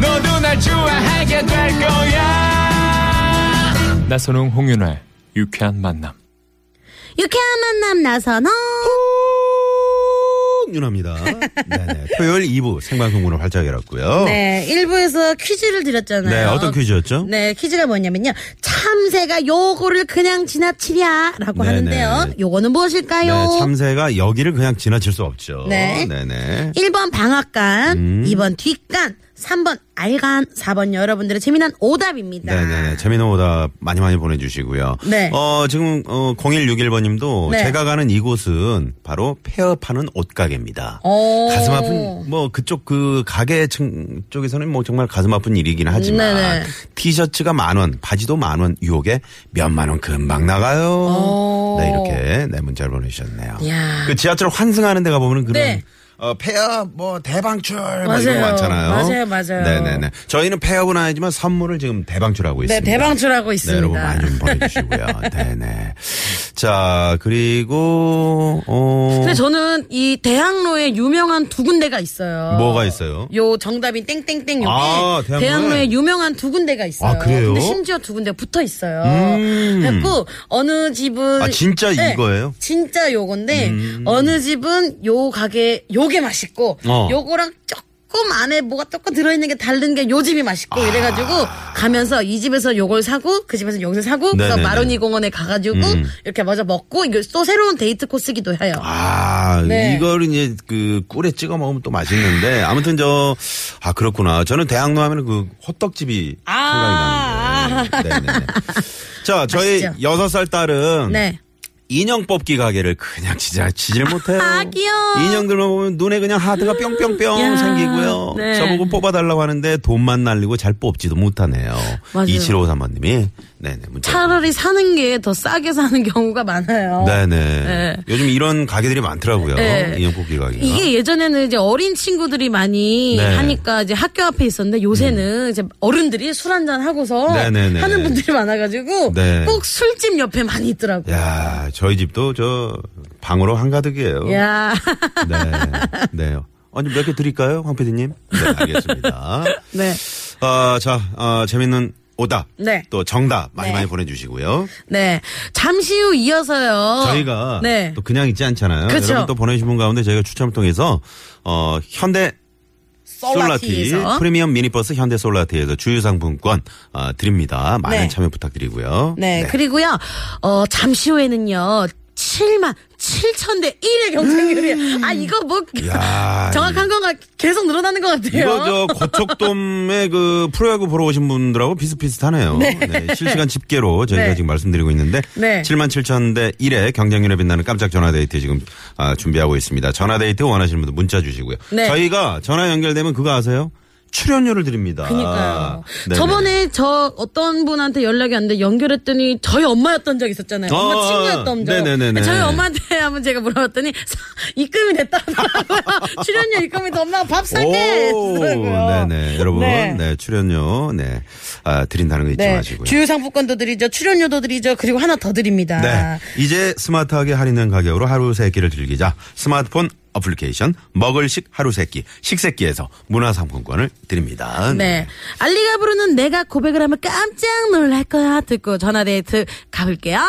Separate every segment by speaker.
Speaker 1: 너도 날 좋아하게 될 거야. 나선홍 홍윤아의 유쾌한 만남.
Speaker 2: 유쾌한 만남 나선홍.
Speaker 3: 윤합니다. 네네. 토요일 2부 생방송으로 활짝 열었고요.
Speaker 2: 네, 1부에서 퀴즈를 드렸잖아요.
Speaker 3: 네, 어떤 퀴즈였죠?
Speaker 2: 네, 퀴즈가 뭐냐면요. 참새가 요거를 그냥 지나치랴라고
Speaker 3: 네네.
Speaker 2: 하는데요. 요거는 무엇일까요?
Speaker 3: 네, 참새가 여기를 그냥 지나칠 수 없죠.
Speaker 2: 네.
Speaker 3: 네네.
Speaker 2: 1번 방앗간,
Speaker 3: 음.
Speaker 2: 2번 뒷간, 3번 알간, 4번 여러분들의 재미난 오답입니다.
Speaker 3: 네네. 재미난 오답 많이 많이 보내주시고요.
Speaker 2: 네.
Speaker 3: 어, 지금, 어, 0161번님도
Speaker 2: 네.
Speaker 3: 제가 가는 이곳은 바로 폐업하는 옷가게입니다.
Speaker 2: 오.
Speaker 3: 가슴 아픈, 뭐, 그쪽 그 가게 층, 쪽에서는 뭐 정말 가슴 아픈 일이긴 하지만
Speaker 2: 네네.
Speaker 3: 티셔츠가 만 원, 바지도 만 원, 유혹에 몇 만 원 금방 나가요.
Speaker 2: 오.
Speaker 3: 네, 이렇게 네 문자를 보내주셨네요.
Speaker 2: 어. 이야.
Speaker 3: 그 지하철 환승하는 데가 보면 그런
Speaker 2: 네.
Speaker 3: 어, 폐업 뭐 대방출 뭐 이런
Speaker 2: 맞아요.
Speaker 3: 거 많잖아요.
Speaker 2: 맞아요, 맞아요.
Speaker 3: 네네네. 저희는 폐업은 아니지만 선물을 지금 대방출하고
Speaker 2: 네,
Speaker 3: 있습니다.
Speaker 2: 대방출하고
Speaker 3: 네,
Speaker 2: 있습니다.
Speaker 3: 여러분 많이 좀 보내주시고요. 네네. 자 그리고 어
Speaker 2: 근데 저는 이 대학로에 유명한 두 군데가 있어요.
Speaker 3: 뭐가 있어요?
Speaker 2: 요 정답인 땡땡땡 여기
Speaker 3: 아, 대학로에?
Speaker 2: 대학로에 유명한 두 군데가 있어요.
Speaker 3: 아, 그래요? 음.
Speaker 2: 근데 심지어 두 군데 붙어 있어요. 그래갖고 어느 집은 네,
Speaker 3: 아, 진짜 이거예요? 음.
Speaker 2: 진짜 요건데 어느 집은 요 가게 요게 맛있고
Speaker 3: 어.
Speaker 2: 요거랑 조금 안에 뭐가 조금 들어있는 게 다른 게 요 집이 맛있고
Speaker 3: 아.
Speaker 2: 이래가지고 가면서 이 집에서 요걸 사고 그 집에서 여기서 사고 그래서
Speaker 3: 네네네. 음.
Speaker 2: 마로니 공원에 가가지고 이렇게 먼저 먹고 이거 또 새로운 데이트 코스기도 해요.
Speaker 3: 아,
Speaker 2: 네.
Speaker 3: 이걸 이제 그 꿀에 찍어 먹으면 또 맛있는데 아무튼 저 아 그렇구나. 저는 대학로 하면 그 호떡집이
Speaker 2: 아.
Speaker 3: 생각이 나는데. 네네. 자, 저희
Speaker 2: 맛있죠?
Speaker 3: 여섯 살 딸은
Speaker 2: 네.
Speaker 3: 인형 뽑기 가게를 그냥 진짜 지질 못해요.
Speaker 2: 아, 귀여워.
Speaker 3: 인형들만 보면 눈에 그냥 하트가 뿅뿅뿅
Speaker 2: 야,
Speaker 3: 생기고요.
Speaker 2: 네.
Speaker 3: 저보고 뽑아달라고 하는데 돈만 날리고 잘 뽑지도 못하네요.
Speaker 2: 맞아요.
Speaker 3: 2753번님이 네네 문자.
Speaker 2: 차라리 사는 게 더 싸게 사는 경우가 많아요.
Speaker 3: 네네.
Speaker 2: 네.
Speaker 3: 요즘 이런 가게들이 많더라고요.
Speaker 2: 네.
Speaker 3: 인형 뽑기 가게가.
Speaker 2: 이게 예전에는 이제 어린 친구들이 많이
Speaker 3: 아. 네. 음.
Speaker 2: 하니까 이제 학교 앞에 있었는데 요새는 이제 어른들이 술 한잔 하고서
Speaker 3: 네, 네, 네.
Speaker 2: 하는 분들이 많아가지고
Speaker 3: 네.
Speaker 2: 꼭 술집 옆에 많이 있더라고요.
Speaker 3: 야, 저희 집도 저 방으로 한가득이에요.
Speaker 2: 야.
Speaker 3: 네. 네. 아니, 몇 개 드릴까요? 황 PD님? 네, 알겠습니다.
Speaker 2: 네.
Speaker 3: 아, 자, 아, 재밌는 오답.
Speaker 2: 네.
Speaker 3: 또 정답 많이
Speaker 2: 네.
Speaker 3: 많이 보내주시고요.
Speaker 2: 네. 잠시 후 이어서요.
Speaker 3: 저희가
Speaker 2: 네.
Speaker 3: 또 그냥 있지 않잖아요.
Speaker 2: 그쵸.
Speaker 3: 여러분 또 보내주신 분 가운데 저희가 추첨을 통해서, 어, 현대
Speaker 2: 어,
Speaker 3: 솔라티
Speaker 2: 솔라티에서.
Speaker 3: 프리미엄 미니버스 현대 솔라티에서 주유상품권 어, 드립니다. 많은
Speaker 2: 네.
Speaker 3: 참여 부탁드리고요.
Speaker 2: 네, 그리고요. 어, 잠시 후에는요. 7만 7천 대 1의 경쟁률이에요. 아, 이거 뭐
Speaker 3: 음. 야,
Speaker 2: 정확한 건가 계속 늘어나는 것 같아요.
Speaker 3: 아, 예. 이거 저 고척돔에 그 프로야구 보러 오신 분들하고 비슷비슷하네요. 네, 실시간 집계로 저희가
Speaker 2: 네.
Speaker 3: 지금 말씀드리고 있는데
Speaker 2: 네.
Speaker 3: 7만 7천 대 1의 경쟁률에 빛나는 깜짝 전화데이트 지금 아, 준비하고 있습니다. 전화데이트 원하시는 분들 문자 주시고요.
Speaker 2: 네.
Speaker 3: 저희가 전화 연결되면 그거 아세요? 출연료를 드립니다.
Speaker 2: 그니까요.
Speaker 3: 아, 네네.
Speaker 2: 저번에 저 어떤 분한테 연락이 왔는데 연결했더니 저희 엄마였던 적 있었잖아요. 엄마
Speaker 3: 어,
Speaker 2: 친구였던 적.
Speaker 3: 네네네네.
Speaker 2: 저희 엄마한테 한번 제가 물어봤더니 입금이 됐다더라고요. 출연료 입금이 돼. 엄마가 밥 살게.
Speaker 3: 오,
Speaker 2: 했더라고요.
Speaker 3: 네네. 여러분,
Speaker 2: 네.
Speaker 3: 네. 출연료, 네. 아, 드린다는 거 잊지
Speaker 2: 네.
Speaker 3: 마시고요.
Speaker 2: 주유 상품권도 드리죠. 출연료도 드리죠. 그리고 하나 더 드립니다.
Speaker 3: 네. 이제 스마트하게 할인된 가격으로 하루 세 끼를 즐기자. 스마트폰 어플리케이션 먹을식 하루 세 끼, 식세끼에서 문화상품권을 드립니다.
Speaker 2: 네. 알리가 부르는 내가 고백을 하면 깜짝 놀랄 거야. 듣고 전화데이트 가볼게요.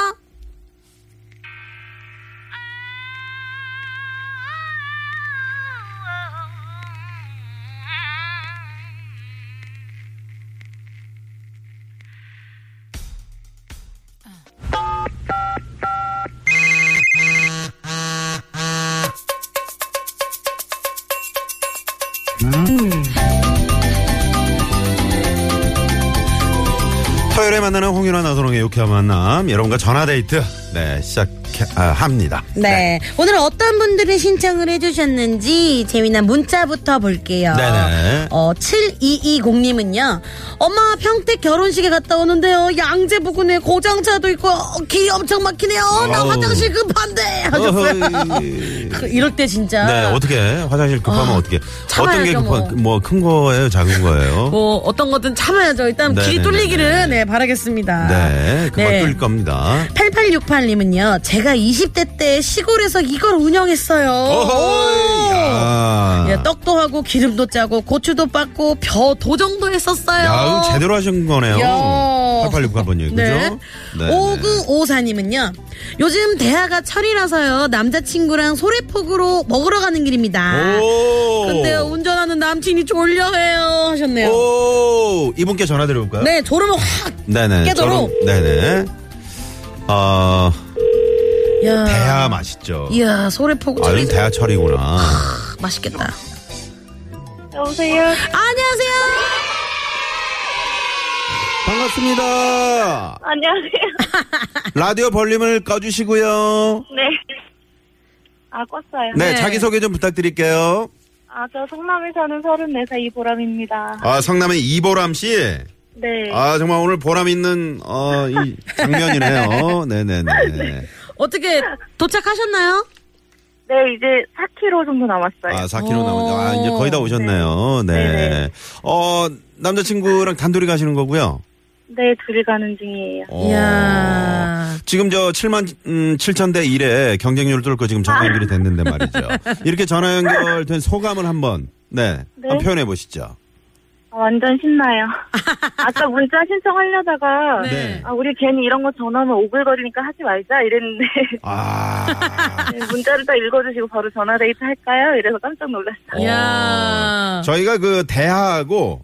Speaker 3: 토요일에 만나는 홍윤아 나선홍의 유쾌한 만남, 여러분과 전화데이트. 네, 시작합니다.
Speaker 2: 네. 오늘 어떤 분들이 신청을 해주셨는지 재미난 문자부터 볼게요.
Speaker 3: 네네.
Speaker 2: 어, 7220님은요. 엄마 평택 결혼식에 갔다 오는데요. 양재 부근에 고장차도 있고 어, 길이 엄청 막히네요. 나
Speaker 3: 어우.
Speaker 2: 화장실 급한데 하셨어요.
Speaker 3: 어허이.
Speaker 2: 그, 이럴 때 진짜.
Speaker 3: 네, 어떻게 화장실 급하면
Speaker 2: 아,
Speaker 3: 어떻게? 어떤 게
Speaker 2: 참아야죠,
Speaker 3: 급한 뭐 큰 거예요, 작은 거예요?
Speaker 2: 뭐 어떤 거든 참아야죠. 일단
Speaker 3: 네네네.
Speaker 2: 길이 뚫리기를 네, 바라겠습니다.
Speaker 3: 네, 금방
Speaker 2: 네.
Speaker 3: 뚫릴 겁니다.
Speaker 2: 8868님은요, 제가 20대 때 시골에서 이걸 운영했어요.
Speaker 3: 어허이.
Speaker 2: 오!
Speaker 3: 야.
Speaker 2: 예, 떡도 하고 기름도 짜고 고추도 빻고 벼 도정도 했었어요.
Speaker 3: 야, 이거 제대로 하신 거네요.
Speaker 2: 야.
Speaker 3: 8868번이 그죠?
Speaker 2: 네.
Speaker 3: 네, 네.
Speaker 2: 5954님은요. 요즘 대하가 철이라서요. 남자친구랑 소래폭으로 먹으러 가는 길입니다.
Speaker 3: 오.
Speaker 2: 근데 운전하는 남친이 졸려해요 하셨네요.
Speaker 3: 오. 이분께 전화 드려볼까요?
Speaker 2: 네, 졸으면 확.
Speaker 3: 네네.
Speaker 2: 깨도록.
Speaker 3: 저는- 네네. 어,
Speaker 2: 야.
Speaker 3: 네, 대하 맛있죠.
Speaker 2: 네. 이야, 소래폭
Speaker 3: 아, 이건
Speaker 2: 철이
Speaker 3: 대하철이구나.
Speaker 2: 맛있겠다.
Speaker 4: 여보세요.
Speaker 2: 안녕하세요.
Speaker 3: 반갑습니다.
Speaker 4: 안녕하세요.
Speaker 3: 라디오 벌림을 꺼주시고요.
Speaker 4: 네. 아 껐어요.
Speaker 3: 네,
Speaker 2: 네.
Speaker 3: 자기소개 좀 부탁드릴게요.
Speaker 4: 아 저 성남에 사는 34살 이보람입니다.
Speaker 3: 아, 성남의 이보람 씨.
Speaker 4: 네.
Speaker 3: 아, 정말 오늘 보람 있는, 어, 이 장면이네요. 네네네.
Speaker 2: 어떻게 도착하셨나요?
Speaker 4: 네 이제 4km 정도 남았어요.
Speaker 3: 아, 4km
Speaker 2: 오.
Speaker 3: 남았죠. 아, 이제 거의 다 오셨네요. 네.
Speaker 4: 네네.
Speaker 3: 어, 남자친구랑 단둘이 가시는 거고요.
Speaker 4: 네 둘이 가는 중이에요.
Speaker 3: 어.
Speaker 2: 이야.
Speaker 3: 지금 저 7만 음, 7천 대 1에 경쟁률 뚫고 지금 전화 연결이 됐는데 말이죠. 이렇게 전화 연결된 소감을 한번 네,
Speaker 4: 네.
Speaker 3: 한번 표현해 보시죠.
Speaker 4: 아, 완전 신나요. 아까 문자 신청하려다가
Speaker 3: 네.
Speaker 4: 아 우리 괜히 이런 거 전화하면 오글거리니까 하지 말자 이랬는데
Speaker 3: 아.
Speaker 4: 네, 문자를 딱 읽어주시고 바로 전화 데이트 할까요? 이래서 깜짝 놀랐어요.
Speaker 2: 이야.
Speaker 3: 저희가 그 대하하고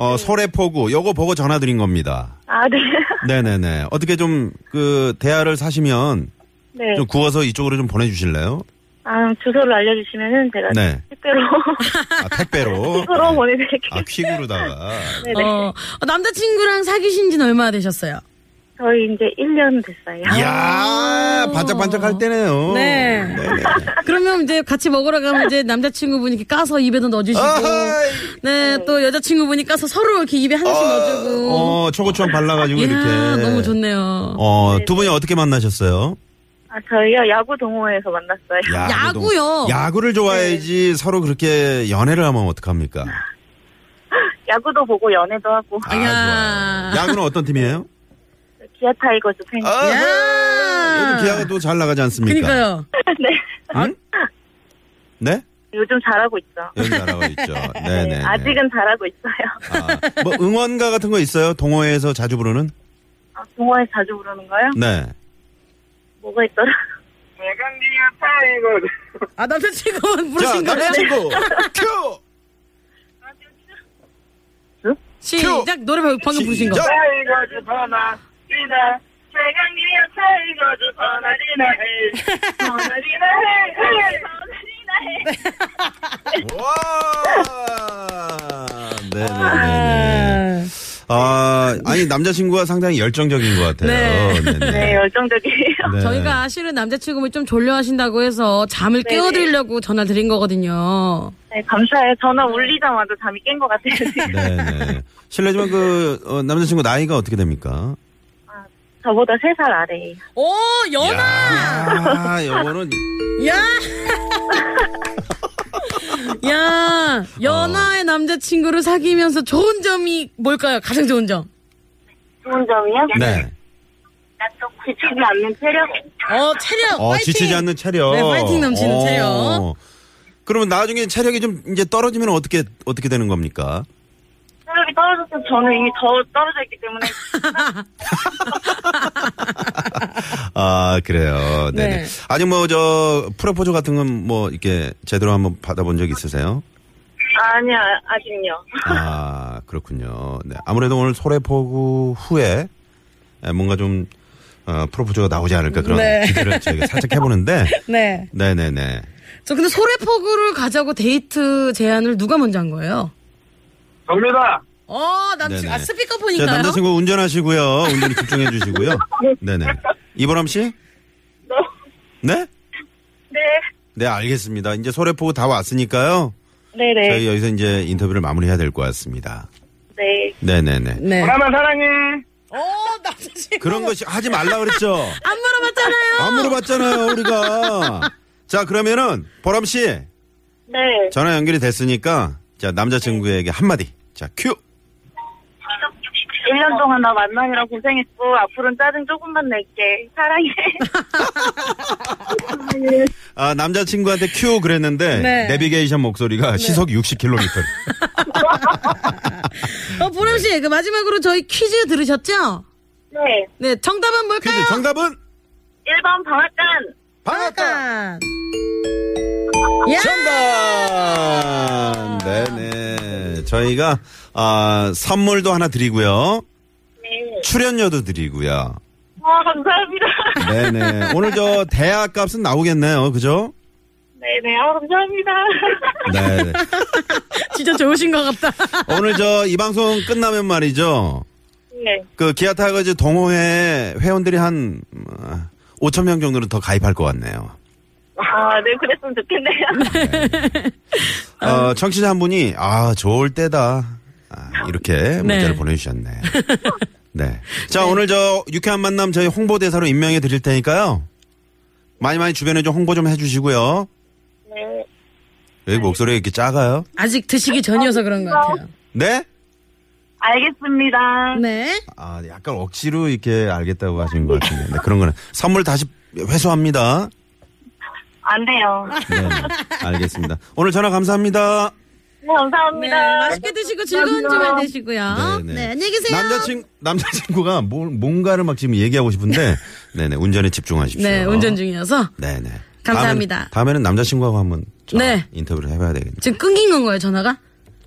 Speaker 3: 어, 소래포구 요거 보고 전화 드린 겁니다.
Speaker 4: 아 네.
Speaker 3: 네, 네, 네. 어떻게 좀 그 대하를 사시면
Speaker 4: 네.
Speaker 3: 좀 구워서 이쪽으로 좀 보내 주실래요?
Speaker 4: 아 주소를 알려주시면은 제가
Speaker 3: 네.
Speaker 4: 택배로
Speaker 3: 아, 택배로.
Speaker 4: 택배로
Speaker 3: 네.
Speaker 4: 보내드릴게요.
Speaker 3: 아, 퀵으로다가.
Speaker 4: 네네.
Speaker 2: 어, 어, 남자친구랑 사귀신 지는 얼마나 되셨어요?
Speaker 4: 저희 이제 1년 됐어요.
Speaker 3: 예. 이야, 반짝반짝 할 때네요.
Speaker 2: 아. 네.
Speaker 3: 네네.
Speaker 2: 그러면 이제 같이 먹으러 가면 이제 남자친구분이 이렇게 까서 입에도 넣어주시고.
Speaker 3: 어허이.
Speaker 2: 네, 또 여자친구분이 까서 서로 이렇게 입에 하나씩 넣어주고.
Speaker 3: 아, 어, 초고추장 발라가지고
Speaker 2: 이야,
Speaker 3: 이렇게.
Speaker 2: 너무 좋네요.
Speaker 3: 어, 두 분이 어떻게 만나셨어요?
Speaker 4: 아, 저희요 야구 동호회에서
Speaker 3: 야구도-
Speaker 4: 만났어요.
Speaker 2: 야구요? 네.
Speaker 3: 야구를 좋아해야지 서로 그렇게 연애를 하면 어떡합니까?
Speaker 4: 야구도 보고 연애도 하고
Speaker 3: 아,
Speaker 2: 야.
Speaker 3: 좋아요. 야구는 어떤 팀이에요?
Speaker 4: 기아 타이거즈 팬.
Speaker 3: 아, 요즘 기아가 또 잘 나가지 않습니까?
Speaker 2: 그니까요.
Speaker 4: 네.
Speaker 3: 응? 네?
Speaker 4: 요즘 잘하고 있죠.
Speaker 3: 여기 나라가 있죠. 네네.
Speaker 4: 아직은 잘하고 있어요.
Speaker 3: 아, 뭐 응원가 같은 거 있어요? 동호회에서 자주 부르는?
Speaker 4: 아, 동호회 자주 부르는 거요?
Speaker 3: 네.
Speaker 4: 뭐가 있더라? 내가 기아 타이거즈.
Speaker 2: 아, 남자친구분
Speaker 3: 자,
Speaker 2: 부르신 거예요?
Speaker 3: 남자친구 큐!
Speaker 2: 시작! 노래 방금 부르신 거.
Speaker 3: 시작!
Speaker 4: 타이거즈 번화리나 내가 기아 타이거즈 번화리나 해. 번화리나 해. 번화리나
Speaker 3: 와!
Speaker 4: 해.
Speaker 3: 네네네. 아, 아니 남자친구가 상당히 열정적인 것 같아요.
Speaker 2: 네.
Speaker 3: 네네.
Speaker 4: 네, 열정적이에요.
Speaker 3: 네.
Speaker 2: 저희가 실은 남자친구분이 좀 졸려하신다고 해서 잠을
Speaker 4: 네네.
Speaker 2: 깨워드리려고 전화 드린 거거든요.
Speaker 4: 네, 감사해요. 전화 울리자마자 잠이 깬 것 같아요. 지금.
Speaker 3: 네네. 실례지만 그 어, 남자친구 나이가 어떻게 됩니까?
Speaker 4: 저보다 3살 아래예요.
Speaker 2: 오, 연하!
Speaker 3: 아, 요거는
Speaker 2: 야! 야, 연하의 남자친구를 사귀면서 좋은 점이 뭘까요? 가장 좋은 점.
Speaker 4: 좋은 점이요?
Speaker 3: 네.
Speaker 4: 나또 지치지 않는 체력.
Speaker 2: 어, 체력.
Speaker 3: 어,
Speaker 2: 파이팅!
Speaker 3: 지치지 않는 체력. 어.
Speaker 2: 네, 파이팅 넘치는 체력.
Speaker 3: 그러면 나중에 체력이 좀 이제 떨어지면 어떻게 어떻게 되는 겁니까?
Speaker 4: 체력이 떨어졌으면 저는 이미 더 떨어져 있기 때문에
Speaker 3: 아, 그래요. 네네.
Speaker 2: 네.
Speaker 3: 아니 뭐 저 프로포즈 같은 건 뭐 이렇게 제대로 한번 받아본 적 있으세요?
Speaker 4: 아니야 아직요.
Speaker 3: 아 그렇군요. 네, 아무래도 오늘 소래포구 후에 에, 뭔가 좀 어, 프로포즈가 나오지 않을까 그런
Speaker 2: 네.
Speaker 3: 기대를 저희가 살짝 해보는데
Speaker 2: 네.
Speaker 3: 네네네.
Speaker 2: 저 근데 소래포구를 가자고 데이트 제안을 누가 먼저 한 거예요?
Speaker 5: 정민아,
Speaker 2: 어, 남친,
Speaker 3: 네네.
Speaker 2: 아,
Speaker 3: 자,
Speaker 2: 스피커폰인가요?
Speaker 3: 남자친구 운전하시고요. 운전 집중해 주시고요. 네네. 이보람 씨? 네?
Speaker 4: 네.
Speaker 3: 네, 알겠습니다. 이제 소래포구 다 왔으니까요.
Speaker 4: 네네.
Speaker 3: 저희 여기서 이제 인터뷰를 마무리해야 될 것 같습니다.
Speaker 4: 네.
Speaker 3: 네네네.
Speaker 2: 네.
Speaker 5: 보라만 사랑해.
Speaker 2: 어, 남자친구.
Speaker 3: 그런 것이 하지 말라 그랬죠?
Speaker 2: 안 물어봤잖아요.
Speaker 3: 안 물어봤잖아요, 우리가. 자, 그러면은, 보람씨,
Speaker 4: 네.
Speaker 3: 전화 연결이 됐으니까, 자, 남자친구에게 한마디. 자, 큐!
Speaker 4: 1년 동안 나 만나느라 고생했고, 앞으로는 짜증 조금만 낼게. 사랑해.
Speaker 3: 아, 남자친구한테 큐 그랬는데,
Speaker 2: 네.
Speaker 3: 내비게이션 목소리가 시속 60km.
Speaker 2: 어, 보람 씨, 그 마지막으로 저희 퀴즈 들으셨죠?
Speaker 4: 네.
Speaker 2: 네, 정답은 뭘까요?
Speaker 3: 퀴즈 정답은?
Speaker 4: 1번 방앗간.
Speaker 3: 방앗간!
Speaker 2: 약간. 야!
Speaker 3: 정답! 네네. 저희가, 아, 선물도 하나 드리고요.
Speaker 4: 네.
Speaker 3: 출연료도 드리고요.
Speaker 4: 아, 감사합니다.
Speaker 3: 네네. 오늘 저 대학 값은 나오겠네요. 그죠?
Speaker 4: 네네. 아,
Speaker 3: 네.
Speaker 4: 감사합니다.
Speaker 2: 진짜 좋으신 것 같다.
Speaker 3: 오늘 저 이 방송 끝나면 말이죠.
Speaker 4: 네.
Speaker 3: 그 기아 타이거즈 동호회 회원들이 한 5천 명 정도는 더 가입할 것 같네요.
Speaker 4: 아, 네. 그랬으면 좋겠네요.
Speaker 3: 어, 청취자 한 분이 아 좋을 때다 아, 이렇게 문자를 보내주셨네. 네. 자 오늘 저 유쾌한 만남 저희 홍보대사로 임명해 드릴 테니까요. 많이 많이 주변에 좀 홍보 좀 해주시고요.
Speaker 4: 네.
Speaker 3: 여기 목소리 이렇게 작아요?
Speaker 2: 아직 드시기 전이어서 그런 것 같아요.
Speaker 3: 네?
Speaker 4: 알겠습니다.
Speaker 2: 네.
Speaker 3: 아, 약간 억지로 이렇게 알겠다고 하신 것 같은데. 네, 그런 거는. 선물 다시 회수합니다.
Speaker 4: 안 돼요.
Speaker 3: 네, 네. 알겠습니다. 오늘 전화 감사합니다.
Speaker 4: 네,
Speaker 2: 네,
Speaker 4: 감사합니다.
Speaker 2: 맛있게 드시고 즐거운 주말 되시고요. 네, 안녕히 계세요.
Speaker 3: 남자친, 남자친구가 뭘- 뭔가를 막 지금 얘기하고 싶은데. 네네, 운전에 집중하십시오.
Speaker 2: 네, 운전 중이어서.
Speaker 3: 네네.
Speaker 2: 감사합니다.
Speaker 3: 다음에는, 다음에는 남자친구하고 한번 전화
Speaker 2: 네.
Speaker 3: 인터뷰를 해봐야 되겠네.
Speaker 2: 지금 끊긴 건 거예요, 전화가?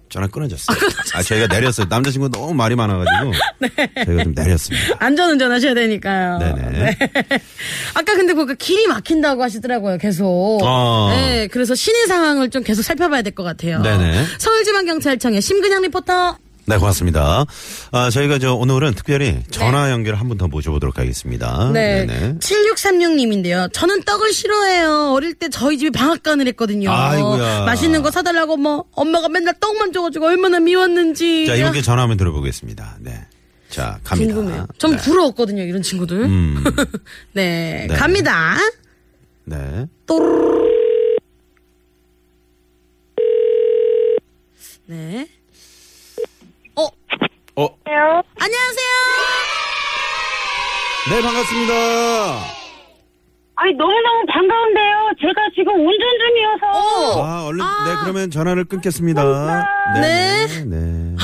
Speaker 3: 전화 끊어졌어요. 아, 저희가 내렸어요. 남자친구 가 너무 말이 많아가지고.
Speaker 2: 네.
Speaker 3: 저희가 좀 내렸습니다.
Speaker 2: 안전운전 하셔야 되니까요.
Speaker 3: 네네.
Speaker 2: 아까 근데 그 길이 막힌다고 하시더라고요, 계속.
Speaker 3: 아.
Speaker 2: 네, 그래서 시내 상황을 좀 계속 살펴봐야 될 것 같아요.
Speaker 3: 네네.
Speaker 2: 서울지방경찰청의 심근양 리포터.
Speaker 3: 네, 고맙습니다. 아, 저희가 저 오늘은 특별히 전화 연결 한 번 더 모셔보도록 하겠습니다.
Speaker 2: 네.
Speaker 3: 네네.
Speaker 2: 7636님인데요. 저는 떡을 싫어해요. 어릴 때 저희 집이 방앗간을 했거든요.
Speaker 3: 아이고야.
Speaker 2: 맛있는 거 사달라고 뭐 엄마가 맨날 떡만 줘가지고 얼마나 미웠는지.
Speaker 3: 자, 이분께 전화 한번 들어보겠습니다. 네. 자, 갑니다.
Speaker 2: 궁금해요. 전
Speaker 3: 네.
Speaker 2: 부러웠거든요, 이런 친구들.
Speaker 3: 음,
Speaker 2: 네,
Speaker 3: 네.
Speaker 2: 갑니다.
Speaker 3: 네.
Speaker 2: 네.
Speaker 3: 어,
Speaker 4: 안녕.
Speaker 2: 안녕하세요.
Speaker 3: 네, 반갑습니다.
Speaker 4: 아니, 너무너무 반가운데요. 제가 지금 운전 중이어서.
Speaker 3: 아, 얼른, 네, 그러면 전화를 끊겠습니다. 네. 네. 네.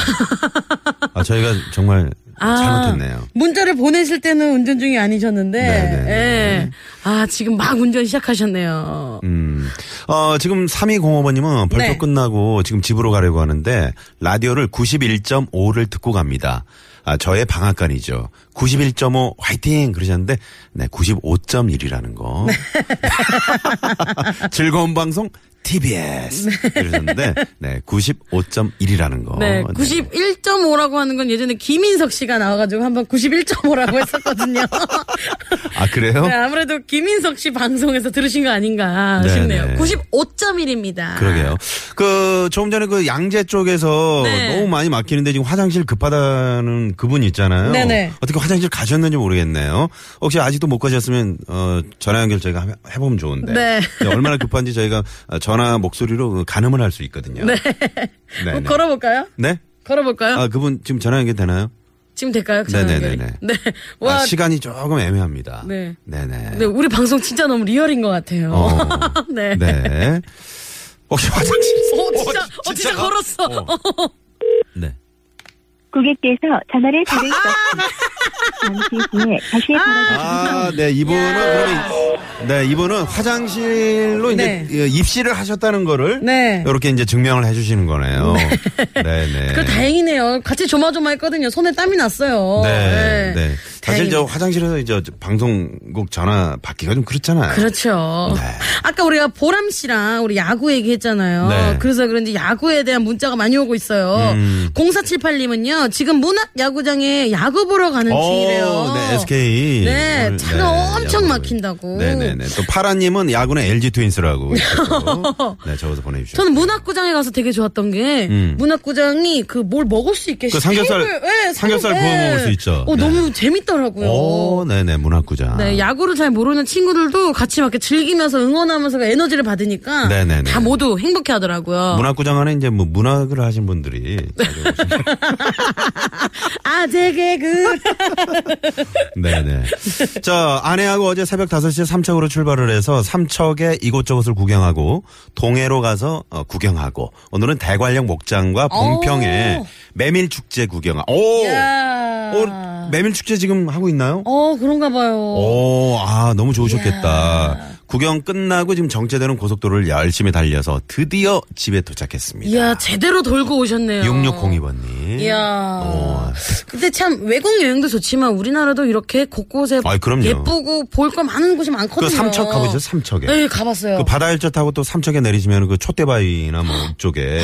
Speaker 3: 아, 저희가 정말 아, 잘못했네요.
Speaker 2: 문자를 보내실 때는 운전 중이 아니셨는데,
Speaker 3: 네, 네,
Speaker 2: 예. 아, 지금 막 운전 시작하셨네요.
Speaker 3: 음. 어, 지금 3205번님은 벌써
Speaker 2: 네.
Speaker 3: 끝나고 지금 집으로 가려고 하는데 라디오를 91.5를 듣고 갑니다. 아, 저의 방앗간이죠. 91.5 화이팅! 그러셨는데, 네, 95.1이라는 거. 즐거운 방송 TBS! 그러셨는데, 네, 95.1이라는 거.
Speaker 2: 네, 91.5라고 하는 건 예전에 김인석 씨가 나와가지고 한번 91.5라고 했었거든요.
Speaker 3: 아, 그래요?
Speaker 2: 네, 아무래도 김인석 씨 방송에서 들으신 거 아닌가
Speaker 3: 네,
Speaker 2: 싶네요.
Speaker 3: 네.
Speaker 2: 95.1입니다.
Speaker 3: 그러게요. 그 조금 전에 그 양재 쪽에서
Speaker 2: 네.
Speaker 3: 너무 많이 막히는데 지금 화장실 급하다는 그분 있잖아요.
Speaker 2: 네네.
Speaker 3: 어떻게 화장실 가셨는지 모르겠네요. 혹시 아직도 못 가셨으면 어 전화 연결 저희가 하- 해보면 좋은데
Speaker 2: 네.
Speaker 3: 네, 얼마나 급한지 저희가 어, 전화 목소리로 그 가늠을 할 수 있거든요. 네.
Speaker 2: 한번 뭐 걸어볼까요?
Speaker 3: 네?
Speaker 2: 걸어볼까요?
Speaker 3: 아 그분 지금 전화 연결 되나요?
Speaker 2: 지금 될까요? 그
Speaker 3: 네네네네.
Speaker 2: 상황이? 네. 와,
Speaker 3: 아, 시간이 조금 애매합니다.
Speaker 2: 네.
Speaker 3: 네네.
Speaker 2: 네, 우리 방송 진짜 너무 리얼인 것 같아요.
Speaker 3: 어.
Speaker 2: 네.
Speaker 3: 네. 혹시 화장실?
Speaker 2: 어, 진짜, 어, 진짜 걸었어.
Speaker 3: 네.
Speaker 6: 고객께서 전화를 받을 수 없습니다. 잠시 후에 다시 전화
Speaker 3: 아, 네, 이분은 그러면 네, 이분은 화장실로 이제
Speaker 2: 네.
Speaker 3: 예, 입시를 하셨다는 거를
Speaker 2: 네.
Speaker 3: 이렇게 이제 증명을 해 주시는 거네요. 네, 네.
Speaker 2: 그 다행이네요. 같이 조마조마했거든요. 손에 땀이 났어요.
Speaker 3: 네, 네. 사실
Speaker 2: 다행입니다.
Speaker 3: 저 화장실에서 이제 저 방송국 전화 받기가 좀 그렇잖아요.
Speaker 2: 그렇죠.
Speaker 3: 네.
Speaker 2: 아까 우리가 보람 씨랑 우리 야구 얘기했잖아요.
Speaker 3: 네.
Speaker 2: 그래서 그런지 야구에 대한 문자가 많이 오고 있어요.
Speaker 3: 음.
Speaker 2: 0478님은요, 지금 문학 야구장에 야구 보러 가는
Speaker 3: 오,
Speaker 2: 중이래요.
Speaker 3: 네, SK.
Speaker 2: 네,
Speaker 3: 오늘,
Speaker 2: 차가 엄청 막힌다고.
Speaker 3: 네네네. 또 파라님은 야구는 LG 트윈스라고. 이렇게 네, 적어서 보내주셨어요.
Speaker 2: 저는 문학구장에 가서 되게 좋았던 게
Speaker 3: 음.
Speaker 2: 문학구장이 그 뭘 먹을 수 있게
Speaker 3: 그 삼겹살,
Speaker 2: 테이블, 네,
Speaker 3: 삼겹살
Speaker 2: 삼겹-
Speaker 3: 구워
Speaker 2: 네.
Speaker 3: 먹을 수 있죠.
Speaker 2: 어,
Speaker 3: 네.
Speaker 2: 너무 재밌더라고요.
Speaker 3: 오, 네네, 문학구장.
Speaker 2: 네, 야구를 잘 모르는 친구들도 같이 막 이렇게 즐기면서 응원하면서 에너지를 받으니까
Speaker 3: 네네네.
Speaker 2: 다 모두 행복해 하더라고요.
Speaker 3: 문학구장 안에 이제 뭐 문학을 하신 분들이.
Speaker 2: 아, 되게 그
Speaker 3: 네네. 자, 아내하고 어제 새벽 5시에 삼척으로 출발을 해서 삼척에 이곳저곳을 구경하고 동해로 가서 어, 구경하고 오늘은 대관령 목장과 봉평에
Speaker 2: 오.
Speaker 3: 메밀축제 구경. 오!
Speaker 2: 야.
Speaker 3: 오, 메밀축제 지금 하고 있나요?
Speaker 2: 어, 그런가 봐요.
Speaker 3: 오, 아, 너무 좋으셨겠다. 구경 끝나고 지금 정체되는 고속도로를 열심히 달려서 드디어 집에 도착했습니다.
Speaker 2: 이야, 제대로 돌고 오셨네요.
Speaker 3: 6602번님.
Speaker 2: 이야.
Speaker 3: 오, 네.
Speaker 2: 근데 참 외국 여행도 좋지만 우리나라도 이렇게 곳곳에
Speaker 3: 아이, 그럼요.
Speaker 2: 예쁘고 볼 걸 많은 곳이 많거든요.
Speaker 3: 그 삼척 가보죠, 삼척에.
Speaker 2: 네, 가봤어요.
Speaker 3: 그 바다 열차 타고 또 삼척에 내리시면 그 촛대바위나 뭐 이쪽에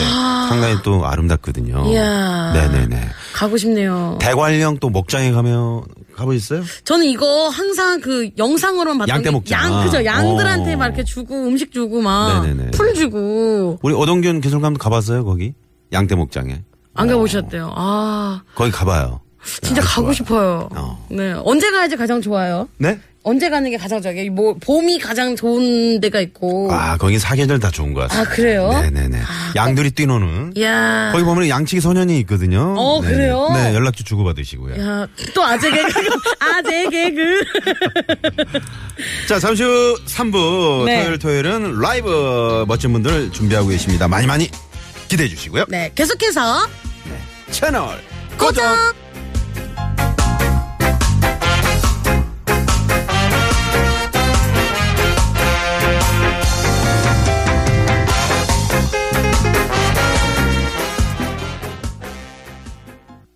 Speaker 3: 상당히 또 아름답거든요.
Speaker 2: 아. 이야.
Speaker 3: 네네네.
Speaker 2: 가고 싶네요.
Speaker 3: 대관령 또 목장에 가면 가보셨어요?
Speaker 2: 저는 이거 항상 그 영상으로만 봤던
Speaker 3: 양떼
Speaker 2: 게
Speaker 3: 먹자.
Speaker 2: 양 그죠? 양들한테
Speaker 3: 어.
Speaker 2: 막 이렇게 주고 음식 주고 막
Speaker 3: 네네네.
Speaker 2: 풀 주고
Speaker 3: 우리 어동균 개술감도 가봤어요 거기 양떼 목장에.
Speaker 2: 안
Speaker 3: 어,
Speaker 2: 가보셨대요. 아
Speaker 3: 거기 가봐요.
Speaker 2: 진짜
Speaker 3: 아,
Speaker 2: 가고
Speaker 3: 좋아요.
Speaker 2: 싶어요.
Speaker 3: 어.
Speaker 2: 네 언제 가야지 가장 좋아요?
Speaker 3: 네?
Speaker 2: 언제 가는 게 가장 좋아요? 뭐 봄이 가장 좋은 데가 있고.
Speaker 3: 아 거기 사계절 다 좋은 것 같아요.
Speaker 2: 아, 그래요? 아,
Speaker 3: 네네네. 양들이 뛰노는.
Speaker 2: 야.
Speaker 3: 거기 보면 양치기 소년이 있거든요.
Speaker 2: 어,
Speaker 3: 네네.
Speaker 2: 그래요?
Speaker 3: 네 연락처 주고 받으시고요.
Speaker 2: 야, 또 아재 개그, 아재 개그.
Speaker 3: 자, 잠시 후 3부
Speaker 2: 네.
Speaker 3: 토요일 토요일은 라이브 멋진 분들 준비하고 계십니다. 많이 많이 기대해 주시고요.
Speaker 2: 네, 계속해서
Speaker 3: 채널
Speaker 2: 네, 고정!